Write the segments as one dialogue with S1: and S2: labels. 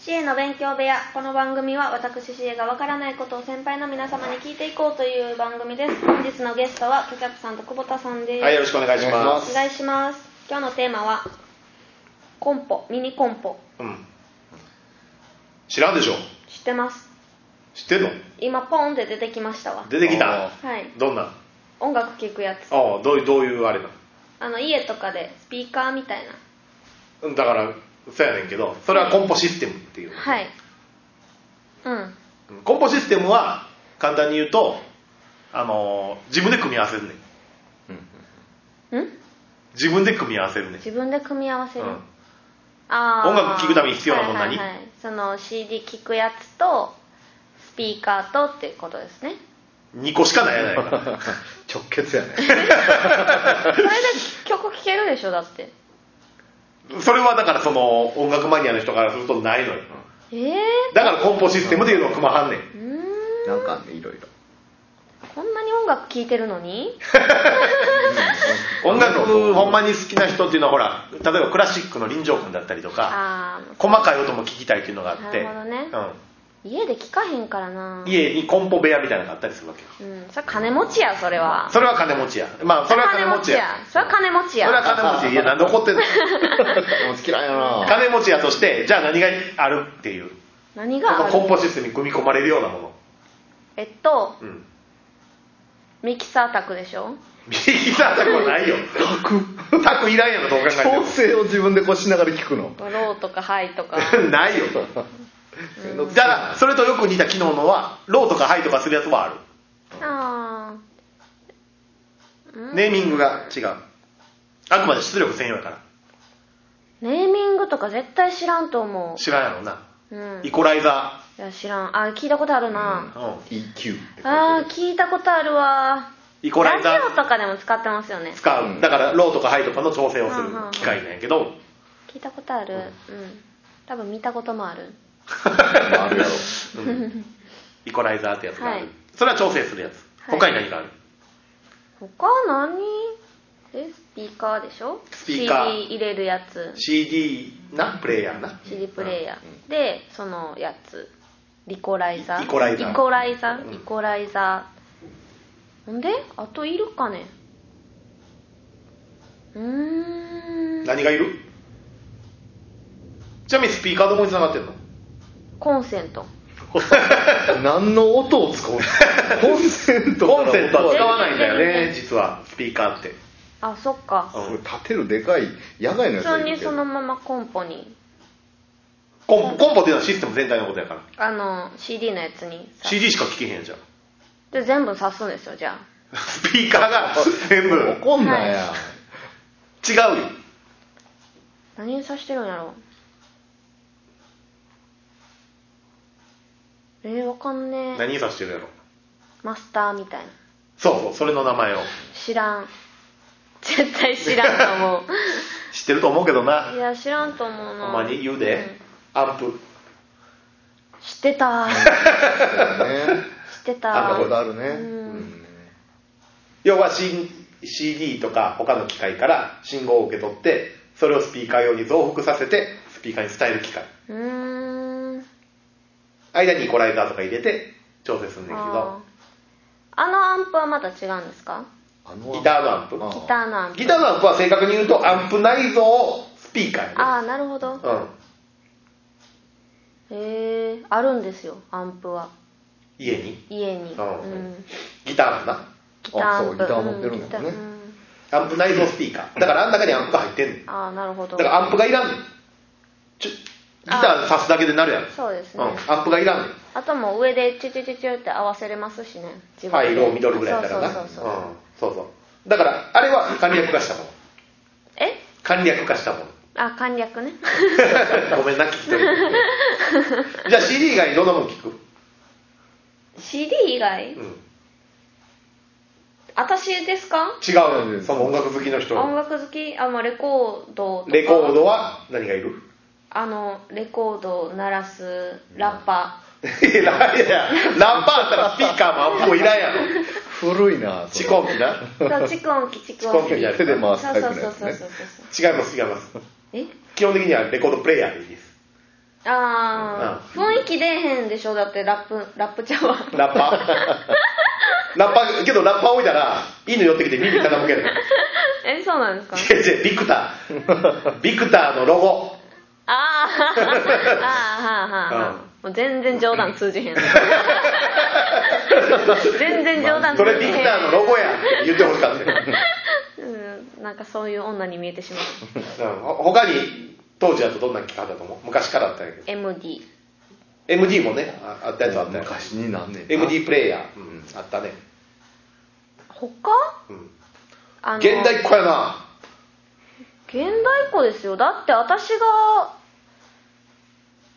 S1: シエの勉強部屋。この番組は私シエがわからないことを先輩の皆様に聞いていこうという番組です。本日のゲストはケチャップさんと久保田さんです。
S2: はい、よろしくお願いしま
S1: お
S2: す。
S1: 願いします。今日のテーマは、コンポ、ミニコンポ。
S2: うん。知らんでしょ
S1: 知ってます。
S2: 知ってんの
S1: 今、ポンって出てきましたわ。
S2: 出てき
S3: あ
S2: た
S1: はい。
S2: どんな
S1: 音楽聴くやつ。
S2: ああ、どういう、どういうあれなの
S1: あの、家とかでスピーカーみたいな。
S2: うんだから、そうやねんけど、それはコンポシステムっていう。
S1: はい。うん。
S2: うんコンポシステムは、簡単に言うと、あのー自分で組み合わせるねん。
S1: ん
S2: 自分で組み合わせるねん。
S1: 自分で組み合わせ
S2: う
S1: る、
S2: ん。
S1: あー
S2: 音楽聴くために必要なもの何
S1: はいはいはい、その CD 聴くやつとスピーカーとっていうことです ね
S2: 2個しかないやない か。
S3: 直結やね
S1: それで曲聴けるでしょだって
S2: それはだからその、音楽マニアの人からするとないのよ。
S1: ええ
S2: だからコンポシステムっていうのを組まはんねん。
S1: ー、うーん
S3: なんかねいろいろ
S1: こんなに音楽聴いてるの に
S2: 音楽
S3: うん
S2: ほんまに好きな人っていうのはほら例えばクラシックの臨場感だったりとか
S1: ああ
S2: 細かい音も聞きたいっていうのがあって
S1: なるほどね家で聴かへんからな
S2: うん、家にコンポ部屋みたいなのがあったりするわけよ
S1: うんそれ金持ちやそれは
S2: それは金持ちやまあそれは金持ちや
S1: それは金持ち
S2: それ
S1: や
S2: は金持ちやいやなんで怒ってんの
S3: もう好きなんやな
S2: 金持ちやとしてじゃあ何があるっていうこ
S1: 何があ
S2: のコン
S1: る
S2: ポシステムに組み込まれるようなもの
S1: えっと
S2: うん
S1: ミキサー宅でしょ
S2: ミキサータクはないよタクいらんやろどう考えて
S3: 調整を自分でこうしながら聞くの
S1: ローとかハイと か
S2: もないよじゃあそれとよく似た機能のはローとかハイとかするやつもある
S1: ああ、うん
S2: ネーミングが違うあくまで出力専用やから
S1: ネーミングとか絶対知らんと思
S2: 知らんやろうな
S1: う、うん、
S2: イ
S1: い
S2: コライザ
S1: や知らんあ聞いたことあるな、
S2: ー、うん、
S3: EQ
S1: あー聞いたことあるわ
S2: イコラ
S1: ラ
S2: イ
S1: ジ
S2: ザ
S1: オ
S2: ー
S1: とかでも使ってますよね
S2: 使
S3: う
S2: うんだからローとかハイとかの調整をする
S1: うんうんうん
S2: 機械なんやけど、
S1: 聞いたことあるうん、多分見たこともある
S3: あるやろ
S2: うんイコライザーってやつがある、
S1: はい
S2: それは調整するやつ
S1: はい
S2: 他に何がある、
S1: 他何えスピーカーでしょ
S2: スピーカー
S1: CD 入れるやつ
S2: CD なプレイヤーな
S1: CD プレイヤー、でそのやつリコライザー
S2: イコライザー
S1: イコライザー
S2: うん
S1: リコライザーほんであといるかねうーん
S2: 何がいるちなみにスピーカーどこに繋がってんの
S1: コンセント
S3: 何の音を使うのコンセント
S2: コンセントは使わないんだ よね
S1: 全然
S2: 実はスピーカーって、
S1: あそっか
S2: うん
S3: 立てるでかい野外のや
S1: 普
S3: つがい
S1: 通
S3: る
S1: に
S3: けど
S1: そのままコンポに
S2: コンポコンポっていうのはシステム全体のことやから
S1: あの CD のやつに挿す
S2: CD しか聴けへんやんじゃん
S1: で全部挿すんですよじゃあ
S2: スピーカーが全部違うよ
S3: 怒んなや
S1: 何に挿してるんやろうえー、わかんねえ
S2: 何指してるやろ
S1: マスターみたいな
S2: そうそうそれの名前を
S1: 知らん絶対知らんと思
S2: 知ってると思うけど
S1: うい
S2: な
S1: や知らんと思うな
S2: ほんまに言うで、
S1: ん
S2: アンプ
S1: 知って た
S3: そうね
S1: 知って
S2: あ
S1: た
S2: んな
S3: こ
S2: こと
S3: あるね
S1: うん
S2: 要は、C、CD とか他の機械から信号を受け取ってそれをスピーカー用に増幅させてスピーカーに伝える機械
S1: うーん
S2: 間にイコライザーとか入れて調整するんだけ
S1: あ
S2: ど
S1: ーあのアンプはまた違うんですか
S3: あの
S2: ギターのアンプ
S3: あ
S1: ギターのアンプ
S2: ギターのアンプは正確に言うとアンプ内蔵スピーカーやね
S1: ああなるほど
S2: うん
S1: へえあるんですよアンプは
S2: 家に
S1: 家に、
S2: あー
S1: うん、
S2: ギターなんだ
S1: ギターアンプ
S3: そうギター持ってるんだもんね
S1: うんギターうん
S2: アンプ内蔵スピーカーだからあん中にアンプが入ってんの
S1: ああなるほど
S2: だからアンプがいらんねんちょギター挿すだけでなるやろ
S1: そうですね、
S2: うん、アンプがいらんねん
S1: あともう上でチュチュチュチュって合わせれますしね自
S2: ファイ
S1: で
S2: ルを緑ぐらいやったらな
S1: そうそうそうそう、
S2: うんそうそうだからあれは簡略化したもの
S1: え
S2: 簡略化したもの
S1: あ簡略ね
S2: ごめんな聞き取れん じゃあ CD 以外にどんなもの聞く、
S1: CD 以外
S2: うん、違
S1: 私ですか
S2: うよその音楽好きの人
S1: 音楽好きあ、まあ、レコードとか
S2: レコードは何がい る
S1: あのレコードを鳴らすラッパ
S2: いやいやラッパーあったらスピーカーもアンプもいらんやろ
S3: 古いなそ
S2: 遅刻
S3: れ
S2: 機な
S1: ーそうチク音機チク
S2: チク
S1: 音
S2: 音
S1: 機
S2: 機
S3: 手で回す
S1: そう
S3: タイプ
S1: そう
S3: の
S1: そ
S3: や
S1: う
S3: つ
S1: そうそう
S3: ね
S1: そう
S2: 違います違います
S1: え
S2: 基本的にはレコードプレイヤーでいいです
S1: ああ、雰囲気出えへんでしょだってラップラップちゃうわ
S2: ラッパーラッパーけどラッパー置いたら犬寄ってきて耳傾ける
S1: えそうなんですか
S2: 違う違うビクタ ービクターのロゴ
S1: ああああ はあはあはあ
S2: うん
S1: もう全然冗談通じ へん全然冗談
S2: そ
S1: 通じへん、
S2: れビクターのロゴやって言ってほしかったよ
S1: うんなんかそういう女に見えてしまう
S2: うんほ他に当時だとどんな企画だと思う昔からあったんやけど
S1: MD
S2: MD もねああったやつあったよ
S3: 昔になんねんな
S2: MD プレイヤー、うんあったね、
S1: 他
S2: うん、
S1: あの
S2: 現代っ子やな
S1: 現代っ子ですよだって私が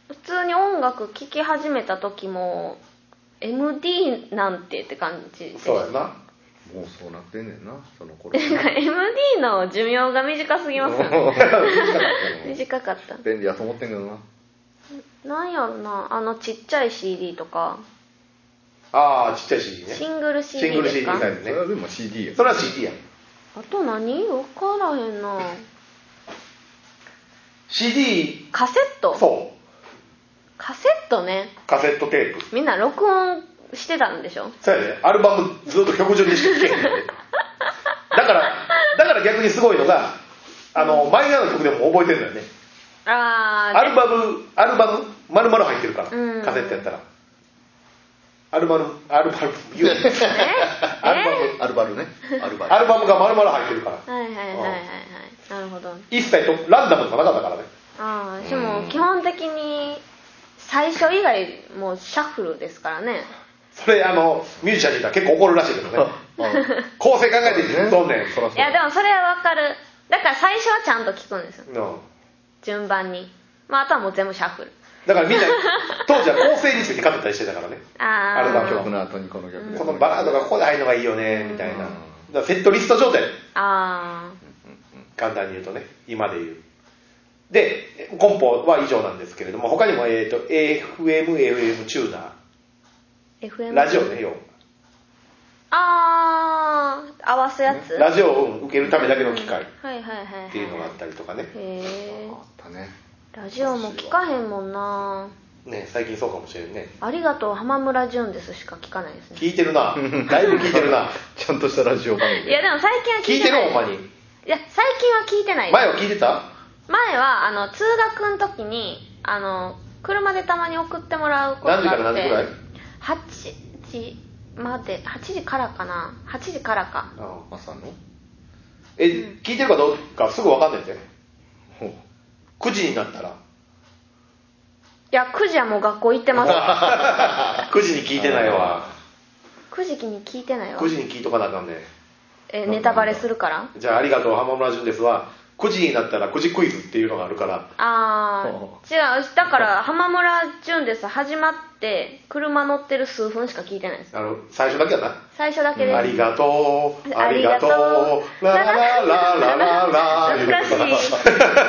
S1: 普通に音楽聴き始めた時も MD なんてって感じで
S2: そうやな
S3: もうそうなってんねんなその頃
S1: なんか MD の寿命が短すぎますよね 短かった
S3: 便利やと思ってんけどな
S1: なんやろなあのちっちゃい CD とか
S2: ああちっちゃい CD ね
S1: シングル
S2: シング
S1: CD
S2: ル
S1: です
S2: CD
S1: か
S2: タイ
S3: そ
S2: プね
S3: れはでも CD や
S2: それは CD や
S1: あと何分からへんな
S2: CD
S1: カセット
S2: そう
S1: カセットね
S2: カセットテープ
S1: みんな録音してたんでしょ
S2: そうやねアルバムずっと曲順にしか聴けへんねんねだからだから逆にすごいのがあのマイナーの曲でも覚えてるんだよね
S1: ああ
S2: アルバムアルバム丸々入ってるから
S1: うん
S2: カセットやったらアルバムアルバム言うね アルバム
S3: アルバルねアルバル
S2: アルバムが丸々入ってるから
S1: はいはいはいはいはいなるほど
S2: 一切とランダムとかなかったからね
S1: ああでも基本的に最初以外もうシャッフルですからね
S2: それあのミュージシャンにいたら結構怒るらしいけどね構成考えてきとんねん
S3: そらそ
S1: いやでもそれはわかるだから最初はちゃんと聞くんですよ
S2: うん
S1: 順番にまああとはもう全部シャッフル
S2: だからみんな当時は構成について語ったりしてたからね
S1: ああ
S2: アルバム
S3: この曲の後にこの曲
S2: このバラードがここで入るのがいいよねみたいな
S3: う
S2: だ
S3: ん
S2: からセットリスト状態
S1: あ
S2: 簡単に言うとね今で言うでコンポは以上なんですけれども他にも、えー、と AFMFM チューナ
S1: あ FM
S2: ーラジオね要は
S1: ああ合わすやつ
S2: ラジオを受けるためだけの機械っ
S1: はいはいはいはい
S2: ていうのがあったりとかね
S1: へえ
S3: あったね
S1: ラジオも聞かへんもんな
S2: ね最近そうかもしれんね
S1: ありがとう浜村淳ですしか聞かないですね
S2: 聞いてる な だいぶ聞いてるな
S3: ちゃんとしたラジオ番組
S1: いやでも最近は
S2: 聞
S1: 聞
S2: い
S1: い
S2: て
S1: て
S2: る
S1: ない
S2: ほんまに
S1: いや最近は聞いてないです
S2: 前は聞いてた
S1: 前はあの通学の時にあの車でたまに送ってもらうことがあ
S2: 何
S1: って
S2: 時から何時ぐらい
S1: 8時まで8時からかな8時からか
S2: うん
S3: 朝の
S2: え
S1: うん
S2: 聞いてるかどうかすぐ分かんないんだよね
S3: ほう
S2: 9時になったら
S1: いや9時はもう学校行って ます
S2: 9時に聞いてないわ
S1: 9時に聞いてないわ
S2: 9時に聞いとかなあかんね
S1: えネタバレするから
S2: じゃあありがとう浜村淳ですは9時になったら9時クイズっていうのがあるから
S1: ああ違うだから浜村淳です始まって車乗ってる数分しか聞いてないです
S2: あの最初だけやな
S1: 最初だけです
S2: ありがとうあ
S1: あ
S2: り
S1: り
S2: が
S1: が
S2: と
S1: と
S2: う
S1: う
S2: ララララララ
S1: 懐かしいもう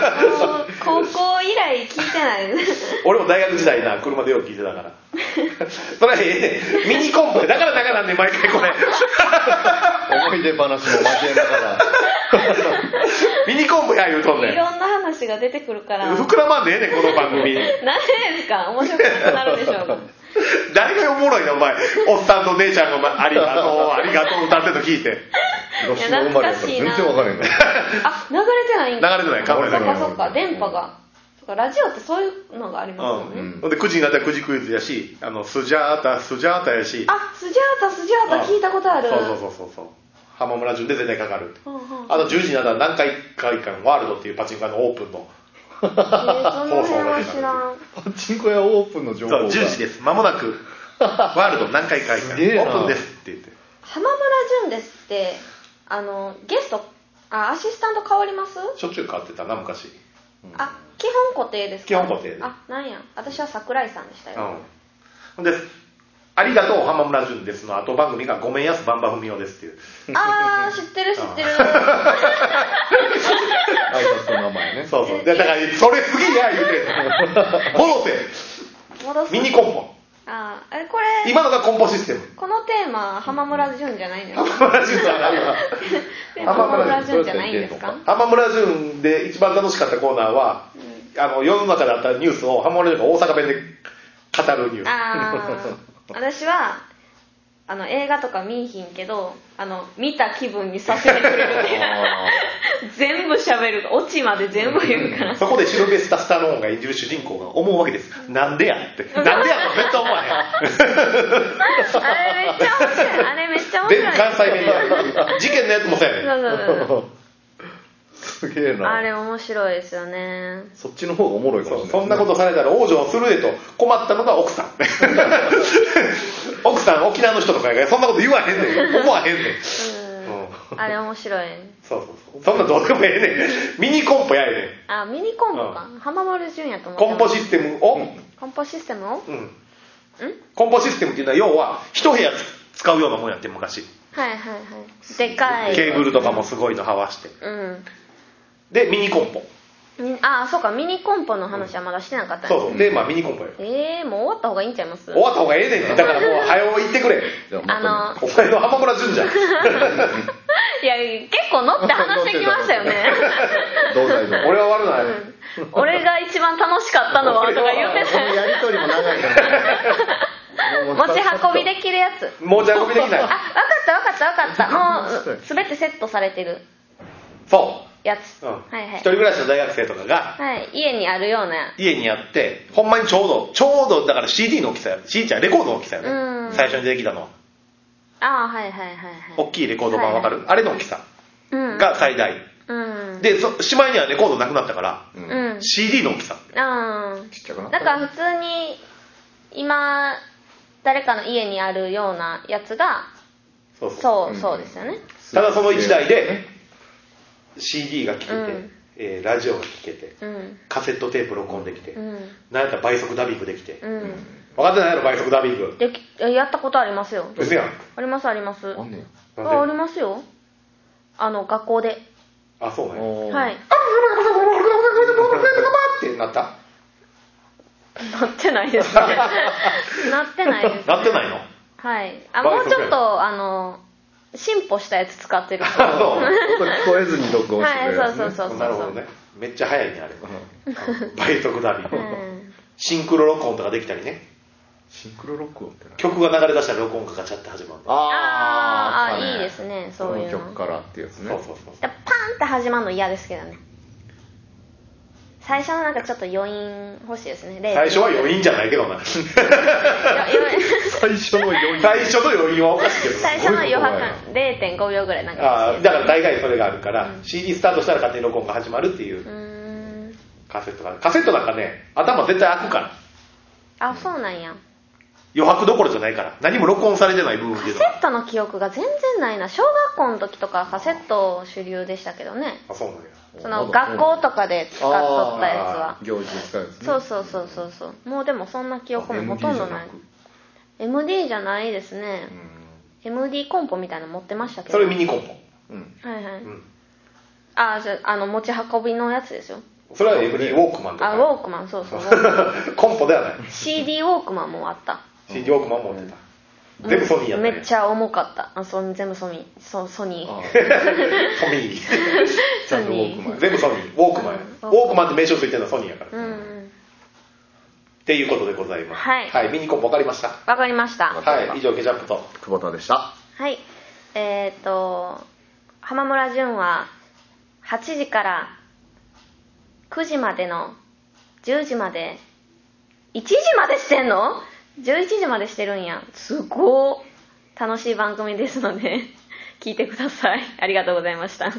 S1: 高校以来聞いてないです
S2: 俺も大学時代な車でよく聞いてたから それはええねんミニコンボだからだからねん毎回これ
S3: 思い出話も交えなが ら
S2: ミニコンボや言うとんね
S1: い
S2: ん
S1: ろんな話が出てくるから何で
S2: 膨らまんでええねんこの番組
S1: ですか面白くなくなるでしょうが
S2: 誰がおもろいねんお前おっさんと姉ちゃんがお前ありがとうありがとう歌ってるの聞いて
S3: 広島生まれやから全然分からへんから
S1: あ流れてないんだ
S2: 流れてないカメラだ
S1: そ
S2: け
S1: っ
S2: ど
S1: かそっか電波がそっかラジオってそういうのがありますよね、
S2: うんほんで9時になったら9時クイズやしあのスジャータスジャータやし
S1: あスジャータスジャータ聞いたことある
S2: そうそうそうそうそう浜村淳で絶対かかる
S1: うんうんうん
S2: あと10時になったら何回か間ワールドっていうパチンコ屋のオープンの
S1: えーその辺は知らん
S3: パチンコ屋オープンの情報が
S2: 10時ですまもな くワールド何回か間
S3: すげえな
S2: オープンですって言って
S1: 浜村淳ですってあのゲストあアシスタント変わります、
S2: しょっちゅう変わってたな昔
S1: あ基本固定ですか
S2: 基本固定
S1: あなんや私は桜井さんでした
S2: う
S1: よ、
S2: んほんで「ありがとう浜村淳です」の後番組が「ごめんやすばんばふみおです」っていう
S1: ああ知ってる知ってる
S3: 挨拶の名前ね
S2: そうそうでだからそれすげえや言うてん の戻せ
S1: 戻す
S2: ミニコンポ
S1: あーえこれ
S2: 今のがコンポシステム
S1: このテーマ浜村淳じゃないんですか
S2: 浜村淳さんあるわ
S1: 浜村淳じゃないんですか
S3: 浜
S2: 浜村淳で一番楽しかったコーナーは、あの世の中であったニュースをハモリとか大阪弁で語るニュース
S1: ああ私はあの映画とか見いひんけどあの見た気分にさせてくれるっていう 全部喋るオチまで全部言うから
S2: そこでシルベスタ・スタローンが演じる主人公が思うわけです。なんでやって。なんでやと絶対思わへん。
S1: あれめっちゃ面白いあれめっちゃ面
S2: で
S1: 白い
S2: 関西弁でやる。事件のやつもそうやねん。
S1: そうそうそうそう
S3: すげえ
S1: あ
S3: な
S1: れ面白いですよね
S3: そっちの方がおもろいかもし
S2: そ
S3: れ
S2: う
S3: ない
S2: そんなことされたら往生するでと困ったのが奥さん 奥さん沖縄の人とかやからそんなこと言わへんねん思わへんねん、うん、
S1: うんあれ面白い
S2: そうそうそうそんなんどうでもええねんミニコンポやえね
S1: あミニコンポか浜丸純やと思
S2: ん
S1: って
S2: コンポシ
S1: ス
S2: ステムを、
S1: コンポシステムをん
S2: うん、コンポシステムっていうのは要は一部屋使うようなもんやって昔
S1: はいはいはいでかい
S2: ケーブルとかもすごいのはわして
S1: うん
S2: でミニコンポ
S1: みあそうかミニコンポの話はまだしてなかったね
S2: そうそうでまあミニコンポや
S1: えー、もう終わった方がいいんちゃいます
S2: 終わった方がええねんってだからもう早う行ってくれ
S3: じゃまとめ
S1: あの
S2: お前の浜村淳じ ゃん
S1: いや結構乗って話してきましたよね
S3: どうだいどう
S2: 俺は悪ない、
S1: 俺が一番楽しかったのはとか言って
S3: このやりとりも長いからもう
S1: 持ち運びできるやつ
S2: もうじゃ運びできな
S1: あ
S2: い
S1: わかったわかったわか ったもう全てセットされてる
S2: そ
S1: やつ、
S2: う、うん
S1: はいはい
S2: 一人、暮らしの大学生とかが
S1: はい、家にあるような
S2: 家にあってほんまにちょうどちょうどだから CD の大きさよ CD じゃんレコードの大きさよ
S1: う
S2: ね
S1: ん
S2: 最初に出てきたのは
S1: ああはいはいはいはい
S2: 大きいレコード版わかる、あれの大きさ
S1: うん
S2: が最大、
S1: うん
S2: でそしまいにはレコードなくなったから、
S3: う
S1: うんん
S2: CD の大きさ
S1: ああ
S3: ちっちゃくなった
S1: だから普通に今誰かの家にあるようなやつが
S2: そうそう
S1: そう、
S3: うん
S1: そうですよね
S2: ただその1台で CD が聴けて、
S1: うん
S2: えーラジオが聴けて
S1: うん
S2: カセットテープ録音できて、
S1: うん
S2: なんやったら倍速ダビングできて、
S1: うん
S2: 分かってないやろ倍速ダビング
S1: できやったことありますよ
S2: ですやん
S1: ありますあります
S3: あんね
S2: なんで
S1: あありますよあの学校で
S2: あそうなん
S3: や
S2: や
S1: はい
S2: ってなった
S1: なってないですね なってないです
S2: なってないの
S1: はいあ
S2: バ
S1: も
S2: イ
S1: う
S2: ソ
S1: ち
S2: ク
S1: ょっとあの進歩したやつ使ってる
S2: あそう
S3: 音聞こえずに録音してくれるやつね
S1: はいそうそうそう
S2: なるほどねめっちゃ早いねあれ倍速ダビング
S1: うん
S2: シンクロ録音とかできたりね
S3: シンクロ録音ってな
S2: 曲が流れ出したら録音がガチャって始まるの
S1: あーあ
S3: ー
S1: いいですね
S3: こ
S1: そうい
S3: の
S1: うの
S3: 曲からってやつね
S2: そうそうそう
S1: パンって始まるの嫌ですけどね最初のなんかちょっと余韻欲しいですね0.5
S2: 最初は余韻じゃないけどな
S1: よ余韻
S3: 最初の余韻
S2: 最初の余韻はおかしいけど
S1: 最初の余
S3: す
S1: 白
S3: ごい怖いな
S1: 感0.5秒ぐらいなんか
S2: あ
S1: 欲し
S2: ー
S1: い
S2: だから大概それがあるから CD スタートしたら勝手に録音が始まるっていう
S1: うーん
S2: カセットがあるカセットなんかね頭絶対開くから
S1: あそうなんや
S2: 余白どころじゃないから何も録音されてない部分っ
S1: カ
S2: てい
S1: セ
S2: うのは
S1: ットの記憶が全然ないな小学校の時とかカセット主流でしたけどね
S2: あそうなんや
S1: その学校とかで使っとったやつは
S3: あー行事で使うやつね
S1: そうそうそうそうそうもうでもそんな記憶もほとんどない
S3: MD じ
S1: MD じゃないですね
S3: ゃなく
S1: MD コンポみたいなの持ってましたけ
S2: そ
S1: ど
S2: れミニコン
S3: うんうん
S1: はいはい、
S2: ポ、うん、
S1: あじゃああの持ち運びのやつですよ
S2: それは MD ウォークマンとか
S1: あウォークマンそう そうウォークマン
S2: コンポではない
S1: CD ウォークマンもあった
S2: CD ウォークマン持ってた全部ソニーやった
S1: め
S2: ね
S1: っちゃ重かったあそ全部ソニーそソニ
S3: あ
S1: ー
S3: ー
S2: ソニー
S3: ちゃんとウォークマン
S2: 全部ソニーウォークマンや
S1: うん
S2: ウォークマンって名称ついてるのはソニーやから、
S1: う
S2: っ
S1: ん
S2: ていうことでございます
S1: はい
S2: ミニコンポ分かりました
S1: わかりました
S2: はい以上ケチャップと
S3: 久保田でした
S1: はいえっ、ー、と浜村淳は8時から9時までの10時まで1時までしてんの ?11 時までしてるんやすご ー楽しい番組ですので聞いてくださいありがとうございました